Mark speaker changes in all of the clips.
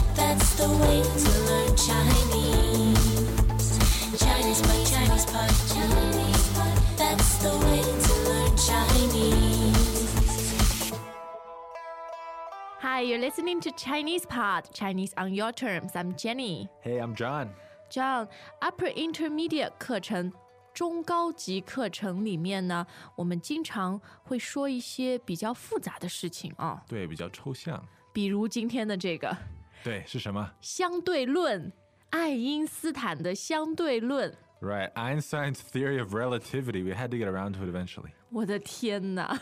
Speaker 1: a way to learn Chinese. Chinese pot, Chinese pot, Chinese pot. That's the way to learn Chinese.
Speaker 2: Hi, you're listening to Chinese Pod, Chinese on your terms. I'm Jenny.
Speaker 3: Hey, I'm John.
Speaker 2: John, Upper Intermediate 课程。中高级课程里面呢，我们经常会说一些比较复杂的事情啊、
Speaker 3: 对，比较抽象。
Speaker 2: 比如今天的这个
Speaker 3: 对，是什么
Speaker 2: 相对论，爱因斯坦的相对论。
Speaker 3: ？Right, Einstein's theory of relativity. We had to get around to it eventually.
Speaker 2: 我的天哪，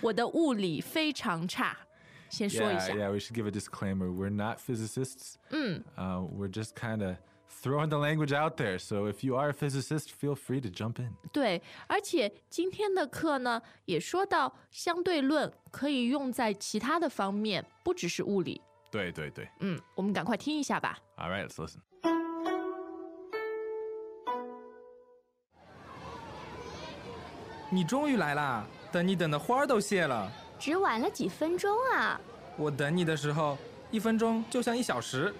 Speaker 2: 我的物理非常差。先说一
Speaker 3: Yeah,
Speaker 2: 下
Speaker 3: yeah. We should give a disclaimer. We're not physicists. Uh, we're just kind of throwing the language out there. So if you are a physicist, feel free to jump in.
Speaker 2: 对，而且今天的课呢也说到相对论可以用在其他的方面，不只是物理。
Speaker 3: 对对对。
Speaker 2: 嗯，我们赶快听一下吧。
Speaker 3: All right, let's listen.
Speaker 4: “你终于来啦！等你等的花儿都谢了。
Speaker 5: 只晚了几分钟啊！
Speaker 4: 我等你的时候，一分钟就像一小时；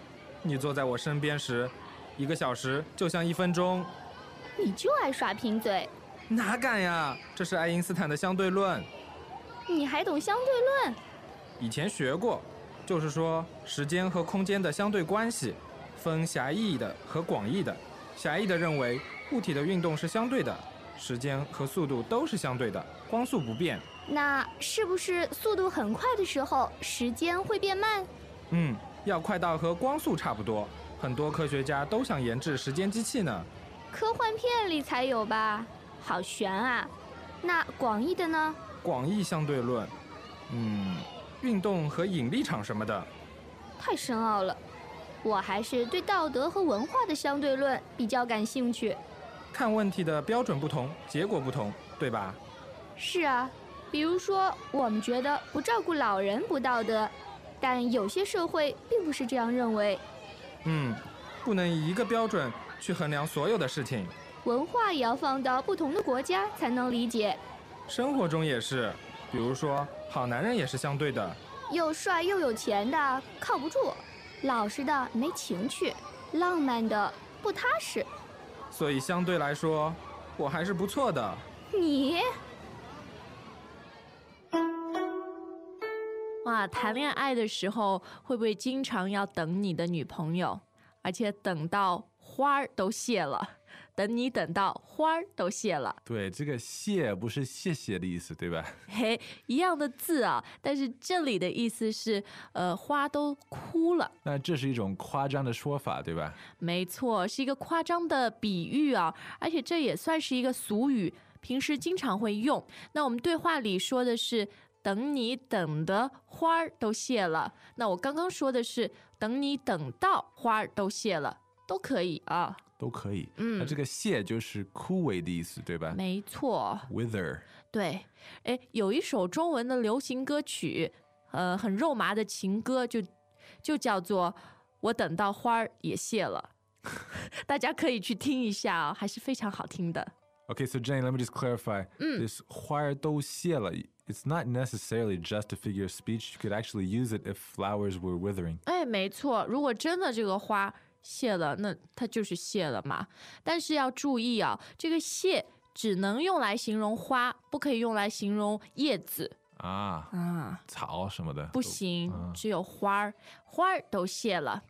Speaker 4: 你坐在我身边时，一个小时就像一分钟。
Speaker 5: 你就爱耍贫嘴，
Speaker 4: 哪敢呀？这是爱因斯坦的相对论，
Speaker 5: 你还懂相对论？
Speaker 4: 以前学过，就是说时间和空间的相对关系，分狭义的和广义的。狭义的认为物体的运动是相对的，时间和速度都是相对的，光速不变。
Speaker 5: 那是不是速度很快的时候，时间会变慢？
Speaker 4: 嗯，要快到和光速差不多。很多科学家都想研制时间机器呢。
Speaker 5: 科幻片里才有吧？好悬啊！那广义的呢？
Speaker 4: 广义相对论，嗯，运动和引力场什么的，
Speaker 5: 太深奥了，我还是对道德和文化的相对论比较感兴趣。
Speaker 4: 看问题的标准不同，结果不同，对吧？
Speaker 5: 是啊，比如说，我们觉得不照顾老人不道德，但有些社会并不是这样认为。
Speaker 4: 嗯，不能以一个标准去衡量所有的事情，
Speaker 5: 文化也要放到不同的国家才能理解。
Speaker 4: 生活中也是，比如说好男人也是相对的，
Speaker 5: 又帅又有钱的靠不住，老实的没情趣，浪漫的不踏实。
Speaker 4: 所以相对来说，我还是不错的。
Speaker 5: 你
Speaker 2: 哇，谈恋爱的时候会不会经常要等你的女朋友，而且等到花儿都谢了，等你等到花儿都谢了？
Speaker 3: 对，这个谢不是谢谢的意思，对吧？
Speaker 2: 嘿，一样的字啊，但是这里的意思是，呃，花都枯了。
Speaker 3: 那这是一种夸张的说法，对吧？
Speaker 2: 没错，是一个夸张的比喻啊，而且这也算是一个俗语，平时经常会用。那我们对话里说的是“等你等的花儿都谢了”，那我刚刚说的是“等你等到花儿都谢了”，都可以啊。
Speaker 3: 都可以。
Speaker 2: 嗯。
Speaker 3: 那这个谢就是枯萎的意思，对吧？
Speaker 2: 没错，
Speaker 3: Wither.
Speaker 2: 对，哎，有一首中文的流行歌曲，呃，很肉麻的情歌，就就叫做《我等到花儿也谢了》， 大家可以去听一下啊、还是非常好听的。
Speaker 3: Okay, so Jenny, let me just clarify. This 花儿都谢了, it's not necessarily just a figure of speech. You could actually use it if flowers were withering.
Speaker 2: 哎，没错，如果真的这个花谢了，那它就是谢了嘛。但是要注意啊，这个谢只能用来形容花，不可以用来形容叶子
Speaker 3: 啊，
Speaker 2: 啊，
Speaker 3: 草什么的。
Speaker 2: 不行，
Speaker 3: 啊
Speaker 2: 只有花儿，花儿都谢了。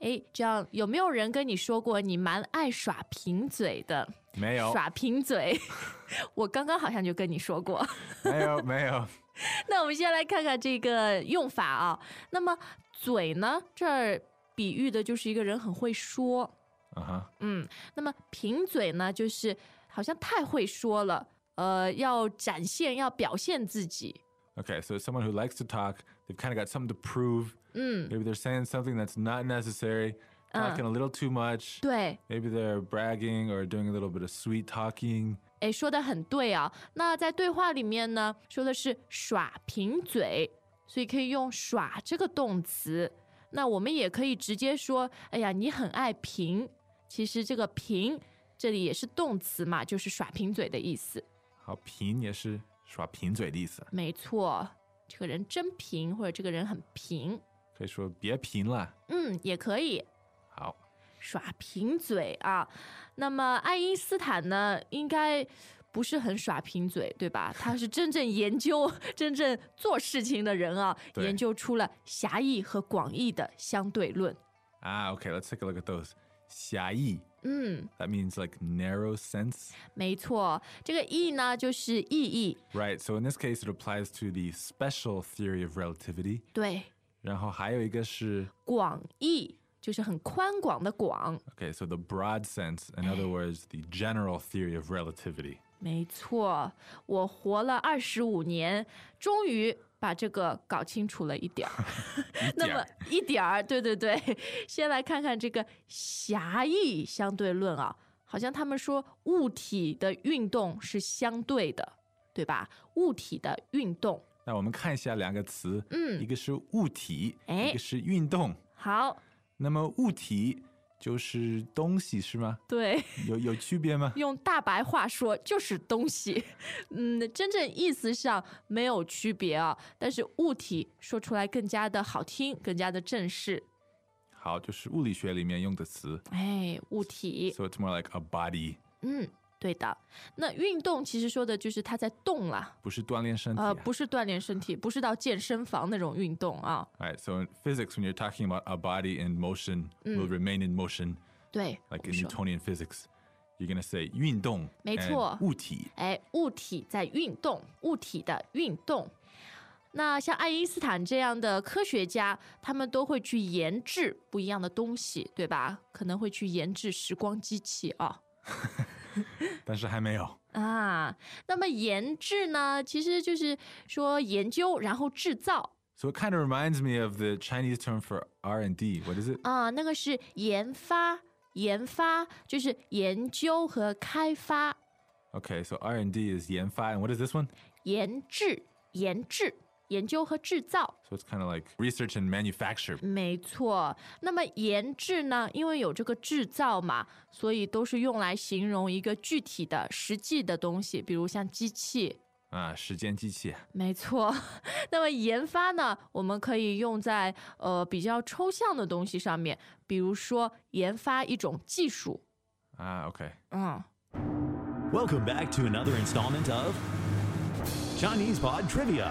Speaker 2: 哎，这样有没有人跟你说过你蛮爱耍贫嘴的？
Speaker 3: 没有，
Speaker 2: 耍贫嘴， 我刚刚好像就跟你说过。
Speaker 3: 没有，没有。
Speaker 2: 那我们先来看看这个用法啊。那么嘴呢，这儿比喻的就是一个人很会说，
Speaker 3: Uh-huh.
Speaker 2: 嗯，那么贫嘴呢，就是好像太会说了，呃，要展现要表现自己，
Speaker 3: Okay, so someone who likes to talk, they've kind of got something to prove.
Speaker 2: 嗯，
Speaker 3: Maybe they're saying something that's not necessary, talking a little too much.
Speaker 2: 对，
Speaker 3: Maybe they're bragging or doing a little bit of sweet talking.
Speaker 2: 哎，说的很对啊。那在对话里面呢，说的是耍贫嘴，所以可以用“耍”这个动词。那我们也可以直接说：“哎呀，你很爱贫。”其实这个“贫”这里也是动词嘛，就是耍贫嘴的意思。
Speaker 3: 好，贫也是耍贫嘴的意思。
Speaker 2: 没错，这个人真贫，或者这个人很贫。
Speaker 3: 可以说别贫了。
Speaker 2: 嗯，也可以
Speaker 3: 好，
Speaker 2: 耍贫嘴啊。那么爱因斯坦呢，应该不是很耍贫嘴，对吧？他是真正研究、 真正做事情的人啊，
Speaker 3: 对
Speaker 2: 研究出了狭义和广义的相对论。
Speaker 3: Ah, okay, let's take a look at those. 狭义,
Speaker 2: 嗯，
Speaker 3: that means like narrow sense.
Speaker 2: 没错，这个义呢就是意义，
Speaker 3: Right, so in this case, it applies to the special theory of relativity.
Speaker 2: 对，
Speaker 3: 然后还有一个是,
Speaker 2: 广义就是很宽广的广，
Speaker 3: okay, so the broad sense, in other words, the general theory of relativity.
Speaker 2: 没错，我活了二十五年，终于把这个搞清楚了一点儿。那么一点儿，对对对， 先来看看这个狭义相对论啊，好像他们说物体的运动是相对的，对吧？物体的运动，
Speaker 3: 那我们看一下两个词，
Speaker 2: 嗯。
Speaker 3: 一个是物体，
Speaker 2: 哎。
Speaker 3: 一个是运动。
Speaker 2: 好，
Speaker 3: 那么物体就是东西是吗？
Speaker 2: 对。
Speaker 3: 有有区别吗？
Speaker 2: 用大白话说就是东西， 嗯，真正意思上没有区别啊，但是物体说出来更加的好听，更加的正式。
Speaker 3: 好，就是物理学里面用的词
Speaker 2: 哎，物体，
Speaker 3: ，so it's more like a body，
Speaker 2: 嗯，对的。那运动其实说的就是它在动啦，
Speaker 3: 不是锻炼身体、啊。
Speaker 2: 呃，不是锻炼身体，不是到健身房那种运动啊。
Speaker 3: All right, so in physics, when you're talking about a body in motion will remain in motion,
Speaker 2: 对，
Speaker 3: like
Speaker 2: 我
Speaker 3: in
Speaker 2: 说
Speaker 3: Newtonian physics, you're gonna say 运动，
Speaker 2: 没错
Speaker 3: 物 体。
Speaker 2: 哎，物体在运动，物体的运动。那像爱因斯坦这样的科学家，他们都会去研制不一样的东西，对吧？可能会去研制时光机器啊、
Speaker 3: 但是还没有。
Speaker 2: 啊。那么研制呢，其实就是说研究然后制造
Speaker 3: So it kind of reminds me of the Chinese term for R and D. What is it?
Speaker 2: 啊，那个是研发，研发就是研究和开发，
Speaker 3: Okay, so R and D is 研发, and what is this one?
Speaker 2: 研制，研制，研究和制造。
Speaker 3: So it's kind of like research and manufacture.
Speaker 2: 没错，那么研制呢？因为有这个制造嘛，所以都是用来形容一个具体的、实际的东西，比如像机器。
Speaker 3: 啊，Ah, 时间机器。
Speaker 2: 没错， 那么研发呢，我们可以用在呃比较抽象的东西上面，比如说研发一种技术。
Speaker 3: 啊，Okay.
Speaker 2: 嗯，
Speaker 6: Welcome back to another installment of Chinese Pod Trivia.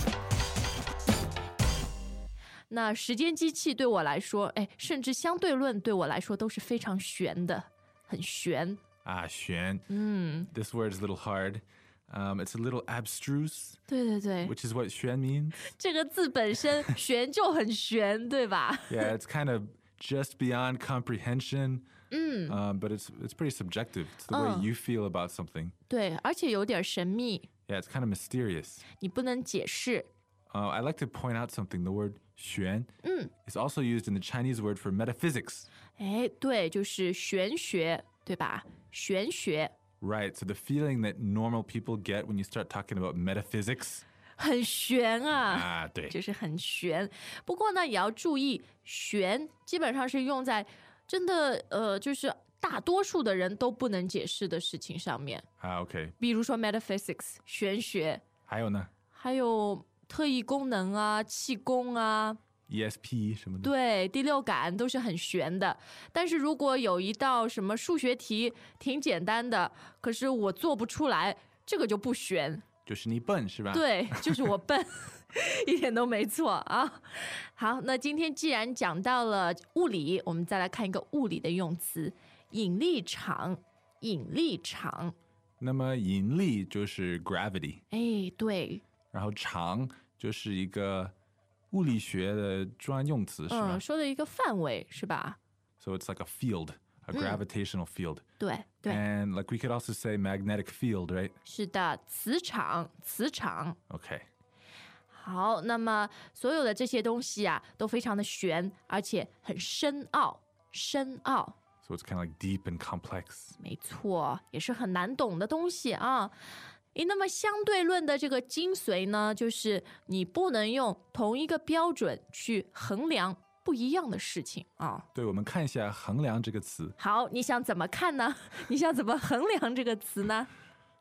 Speaker 2: 那时间机器对我来说，哎，甚至相对论对我来说都是非常玄的，很玄。
Speaker 3: Ah, Xuan. This word's a little hard. Um, it's a little abstruse,
Speaker 2: 对对对，
Speaker 3: which is what Xuan means.
Speaker 2: 这个字本 身玄就很玄，对吧？
Speaker 3: Yeah, it's kind of just beyond comprehension. Um, but it's it's pretty subjective. It's the
Speaker 2: Mm. Oh.
Speaker 3: way you feel about something.
Speaker 2: 对，而且有点神秘，
Speaker 3: Yeah, it's kind of mysterious.
Speaker 2: 你不能解释。
Speaker 3: Uh, I'd like to point out something. The word xuan
Speaker 2: Mm.
Speaker 3: is also used in the Chinese word for metaphysics.
Speaker 2: 哎，对，就是玄学，对吧？玄学
Speaker 3: Right. So the feeling that normal people get when you start talking about metaphysics.
Speaker 2: 很玄啊，
Speaker 3: Ah, 对。
Speaker 2: 就是很玄。不过呢，也要注意，玄基本上是用在真的呃，就是大多数的人都不能解释的事情上面，
Speaker 3: Ah, okay.
Speaker 2: 比如说 metaphysics 玄学，
Speaker 3: 还有呢？
Speaker 2: 还有特异功能啊、气功啊。
Speaker 3: ESP 什么的。
Speaker 2: 对，第六感都是很玄的。但是如果有一道什么数学题挺简单的，可是我做不出来，这个就不玄。
Speaker 3: 就是你笨是吧？
Speaker 2: 对，就是我笨， 一点都没错啊。好，那今天既然讲到了物理，我们再来看一个物理的用词：引力场。引力场，
Speaker 3: 那么引力就是 gravity，
Speaker 2: 哎，对，
Speaker 3: 然后场就是一个物理学的专用词，是吧？
Speaker 2: 嗯，说的一个范围是吧？
Speaker 3: So it's like a field, a gravitational field.
Speaker 2: 对对，
Speaker 3: And like we could also say magnetic field, right?
Speaker 2: 是的，磁场，磁场。
Speaker 3: Okay.
Speaker 2: 好，那么所有的这些东西啊，都非常的玄，而且很深奥，深奥。
Speaker 3: So it's kind of like deep and complex.
Speaker 2: 没错，也是很难懂的东西啊。诶，那么相对论的这个精髓呢，就是你不能用同一个标准去衡量不一样的事情啊。
Speaker 3: 对，我们看一下“衡量”这个词。
Speaker 2: 好，你想怎么看呢？ 你想怎么衡量这个词呢？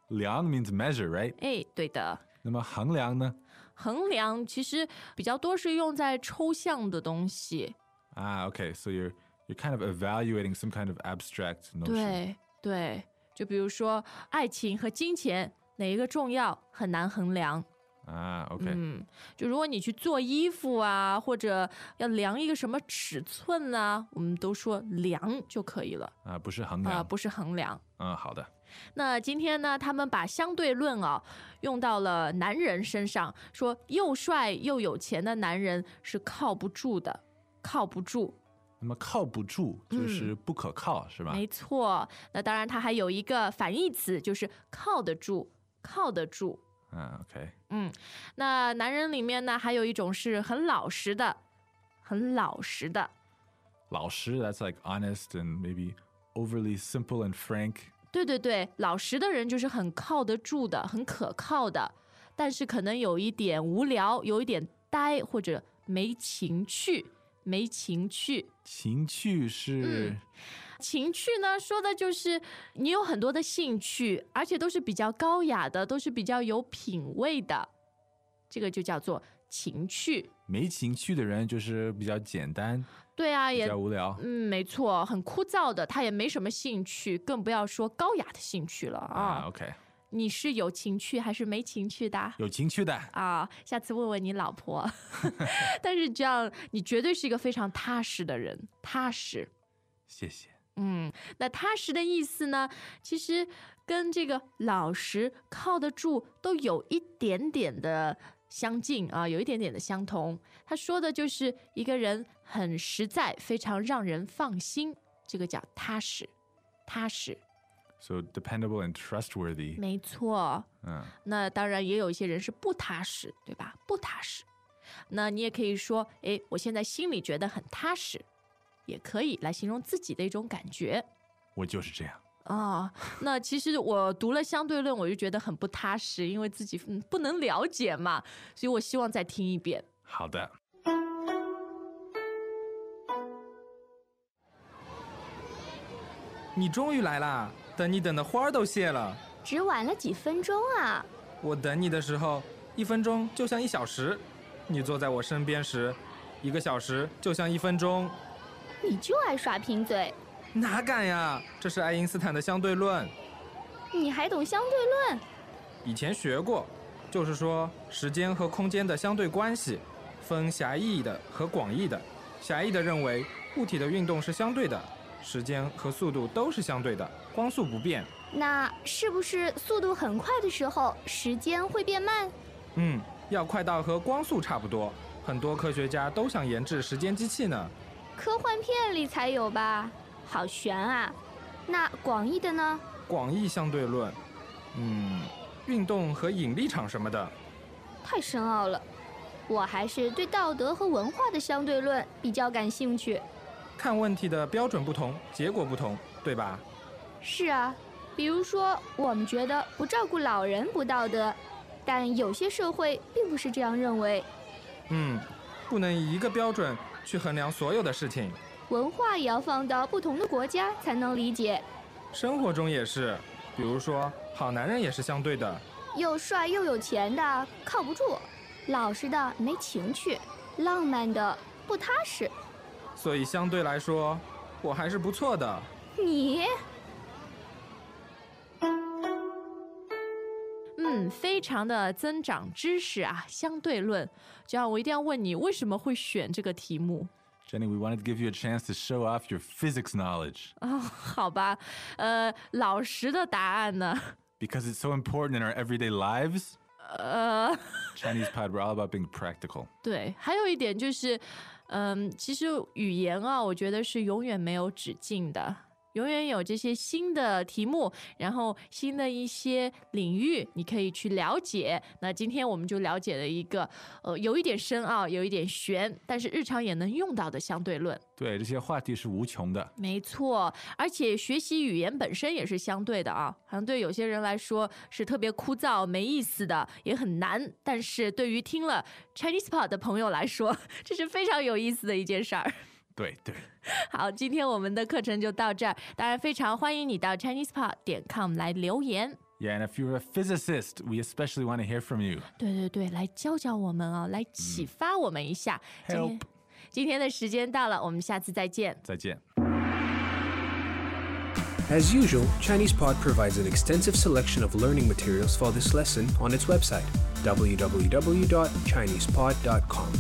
Speaker 3: 量 means measure, right?
Speaker 2: 诶，对的，
Speaker 3: 那么衡量呢？
Speaker 2: 衡量其实比较多是用在抽象的东西。
Speaker 3: Ah, okay. So you're you're kind of evaluating some kind of abstract notion.
Speaker 2: 对对，就比如说爱情和金钱哪一个重要，很难衡量。
Speaker 3: Ah, okay.
Speaker 2: 嗯，就如果你去做衣服啊，或者要量一个什么尺寸啊，我们都说量就可以了
Speaker 3: 啊，不是衡
Speaker 2: 啊、
Speaker 3: 量，
Speaker 2: 不是衡量。
Speaker 3: 嗯，好的，
Speaker 2: 那今天呢，他们把相对论啊用到了男人身上，说又帅又有钱的男人是靠不住的，靠不住。
Speaker 3: 那么靠不住就是不可靠，是吧？
Speaker 2: 没错，那当然它还有一个反义词，就是靠得住，靠得住。
Speaker 3: 嗯，OK，
Speaker 2: 嗯，那男人里面呢，还有一种是很老实的，很老实的。
Speaker 3: 老实，that's like honest and maybe overly simple and frank。
Speaker 2: 对对对，老实的人就是很靠得住的，很可靠的，但是可能有一点无聊，有一点呆或者没情趣，没情趣。
Speaker 3: 情趣是
Speaker 2: 情趣呢，说的就是你有很多的兴趣，而且都是比较高雅的，都是比较有品味的，这个就叫做情趣。
Speaker 3: 没情趣的人就是比较简单，
Speaker 2: 对啊，
Speaker 3: 比
Speaker 2: 也
Speaker 3: 较无聊。
Speaker 2: 嗯，没错，很枯燥的，他也没什么兴趣，更不要说高雅的兴趣了啊。
Speaker 3: 啊，OK，
Speaker 2: 你是有情趣还是没情趣的？
Speaker 3: 有情趣的，
Speaker 2: 啊，下次问问你老婆。 但是这样，你绝对是一个非常踏实的人，踏实。
Speaker 3: 谢谢。
Speaker 2: 嗯，那踏实的意思呢，其实跟这个老实、靠得住都有一点点的相近啊，有一点点的相同。他说的就是一个人很实在，非常让人放心，这个叫踏实，踏实，
Speaker 3: So dependable and trustworthy。
Speaker 2: 没错。
Speaker 3: 嗯，
Speaker 2: 那当然也有一些人是不踏实，对吧？不踏实。那你也可以说，诶，我现在心里觉得很踏实，也可以来形容自己的一种感觉。
Speaker 3: 我就是这样。
Speaker 2: 啊、那其实我读了相对论，我就觉得很不踏实，因为自己嗯不能了解嘛，所以我希望再听一遍。
Speaker 3: 好的，
Speaker 4: 你终于来啦！等你等的花儿都谢了。
Speaker 5: 只晚了几分钟啊！
Speaker 4: 我等你的时候，一分钟就像一小时；你坐在我身边时，一个小时就像一分钟。
Speaker 5: 你就爱耍贫嘴，
Speaker 4: 哪敢呀？这是爱因斯坦的相对论，
Speaker 5: 你还懂相对论？
Speaker 4: 以前学过，就是说时间和空间的相对关系，分狭义的和广义的。狭义的认为物体的运动是相对的，时间和速度都是相对的，光速不变。
Speaker 5: 那是不是速度很快的时候，时间会变慢？
Speaker 4: 嗯，要快到和光速差不多。很多科学家都想研制时间机器呢。
Speaker 5: 科幻片里才有吧？好悬啊！那广义的呢？
Speaker 4: 广义相对论，嗯，运动和引力场什么的，
Speaker 5: 太深奥了，我还是对道德和文化的相对论比较感兴趣。
Speaker 4: 看问题的标准不同，结果不同，对吧？
Speaker 5: 是啊，比如说我们觉得不照顾老人不道德，但有些社会并不是这样认为。
Speaker 4: 嗯，不能以一个标准去衡量所有的事情，
Speaker 5: 文化也要放到不同的国家才能理解。
Speaker 4: 生活中也是，比如说好男人也是相对的，
Speaker 5: 又帅又有钱的靠不住，老实的没情趣，浪漫的不踏实。
Speaker 4: 所以相对来说，我还是不错的。
Speaker 5: 你
Speaker 2: 嗯，非常的增长知识啊，相对论。这样我一定要问你，为什么会选这个题目？
Speaker 3: Jenny, we wanted to give you a chance to show off your physics knowledge
Speaker 2: 啊、好吧，呃，老实的答案呢？
Speaker 3: because it's so important in our everyday lives.
Speaker 2: 呃，
Speaker 3: Chinese pod, we're all about being practical.
Speaker 2: 对，还有一点就是，嗯，其实语言啊，我觉得是永远没有止境的。永远有这些新的题目，然后新的一些领域你可以去了解。那今天我们就了解了一个，呃，有一点深奥，有一点玄，但是日常也能用到的相对论。
Speaker 3: 对，这些话题是无穷的。
Speaker 2: 没错，而且学习语言本身也是相对的啊，好像对有些人来说是特别枯燥、没意思的，也很难。但是对于听了 ChinesePod 的朋友来说， 这是非常有意思的一件事儿。
Speaker 3: 对对，
Speaker 2: 好，今天我们的课程就到这儿，当然非常欢迎你到 ChinesePod 点 com 来留言。
Speaker 3: yeah. And if you're a physicist, we especially want to hear from you.
Speaker 2: 对对对，来教教我们哦，来启发我们一下。今天
Speaker 3: Help
Speaker 2: 今天的时间到了，我们下次再见。
Speaker 3: 再见。
Speaker 7: As usual, ChinesePod provides an extensive selection of learning materials for this lesson on its website, www.chinesepod.com.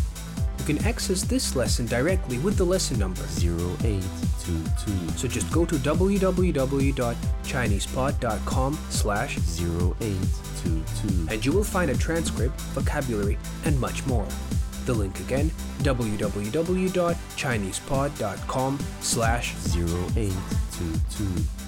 Speaker 7: You can access this lesson directly with the lesson number,
Speaker 8: 0822
Speaker 7: so just go to www.chinesepod.com slash
Speaker 8: 0822
Speaker 7: and you will find a transcript, vocabulary, and much more. The link again, www.chinesepod.com slash
Speaker 8: 0822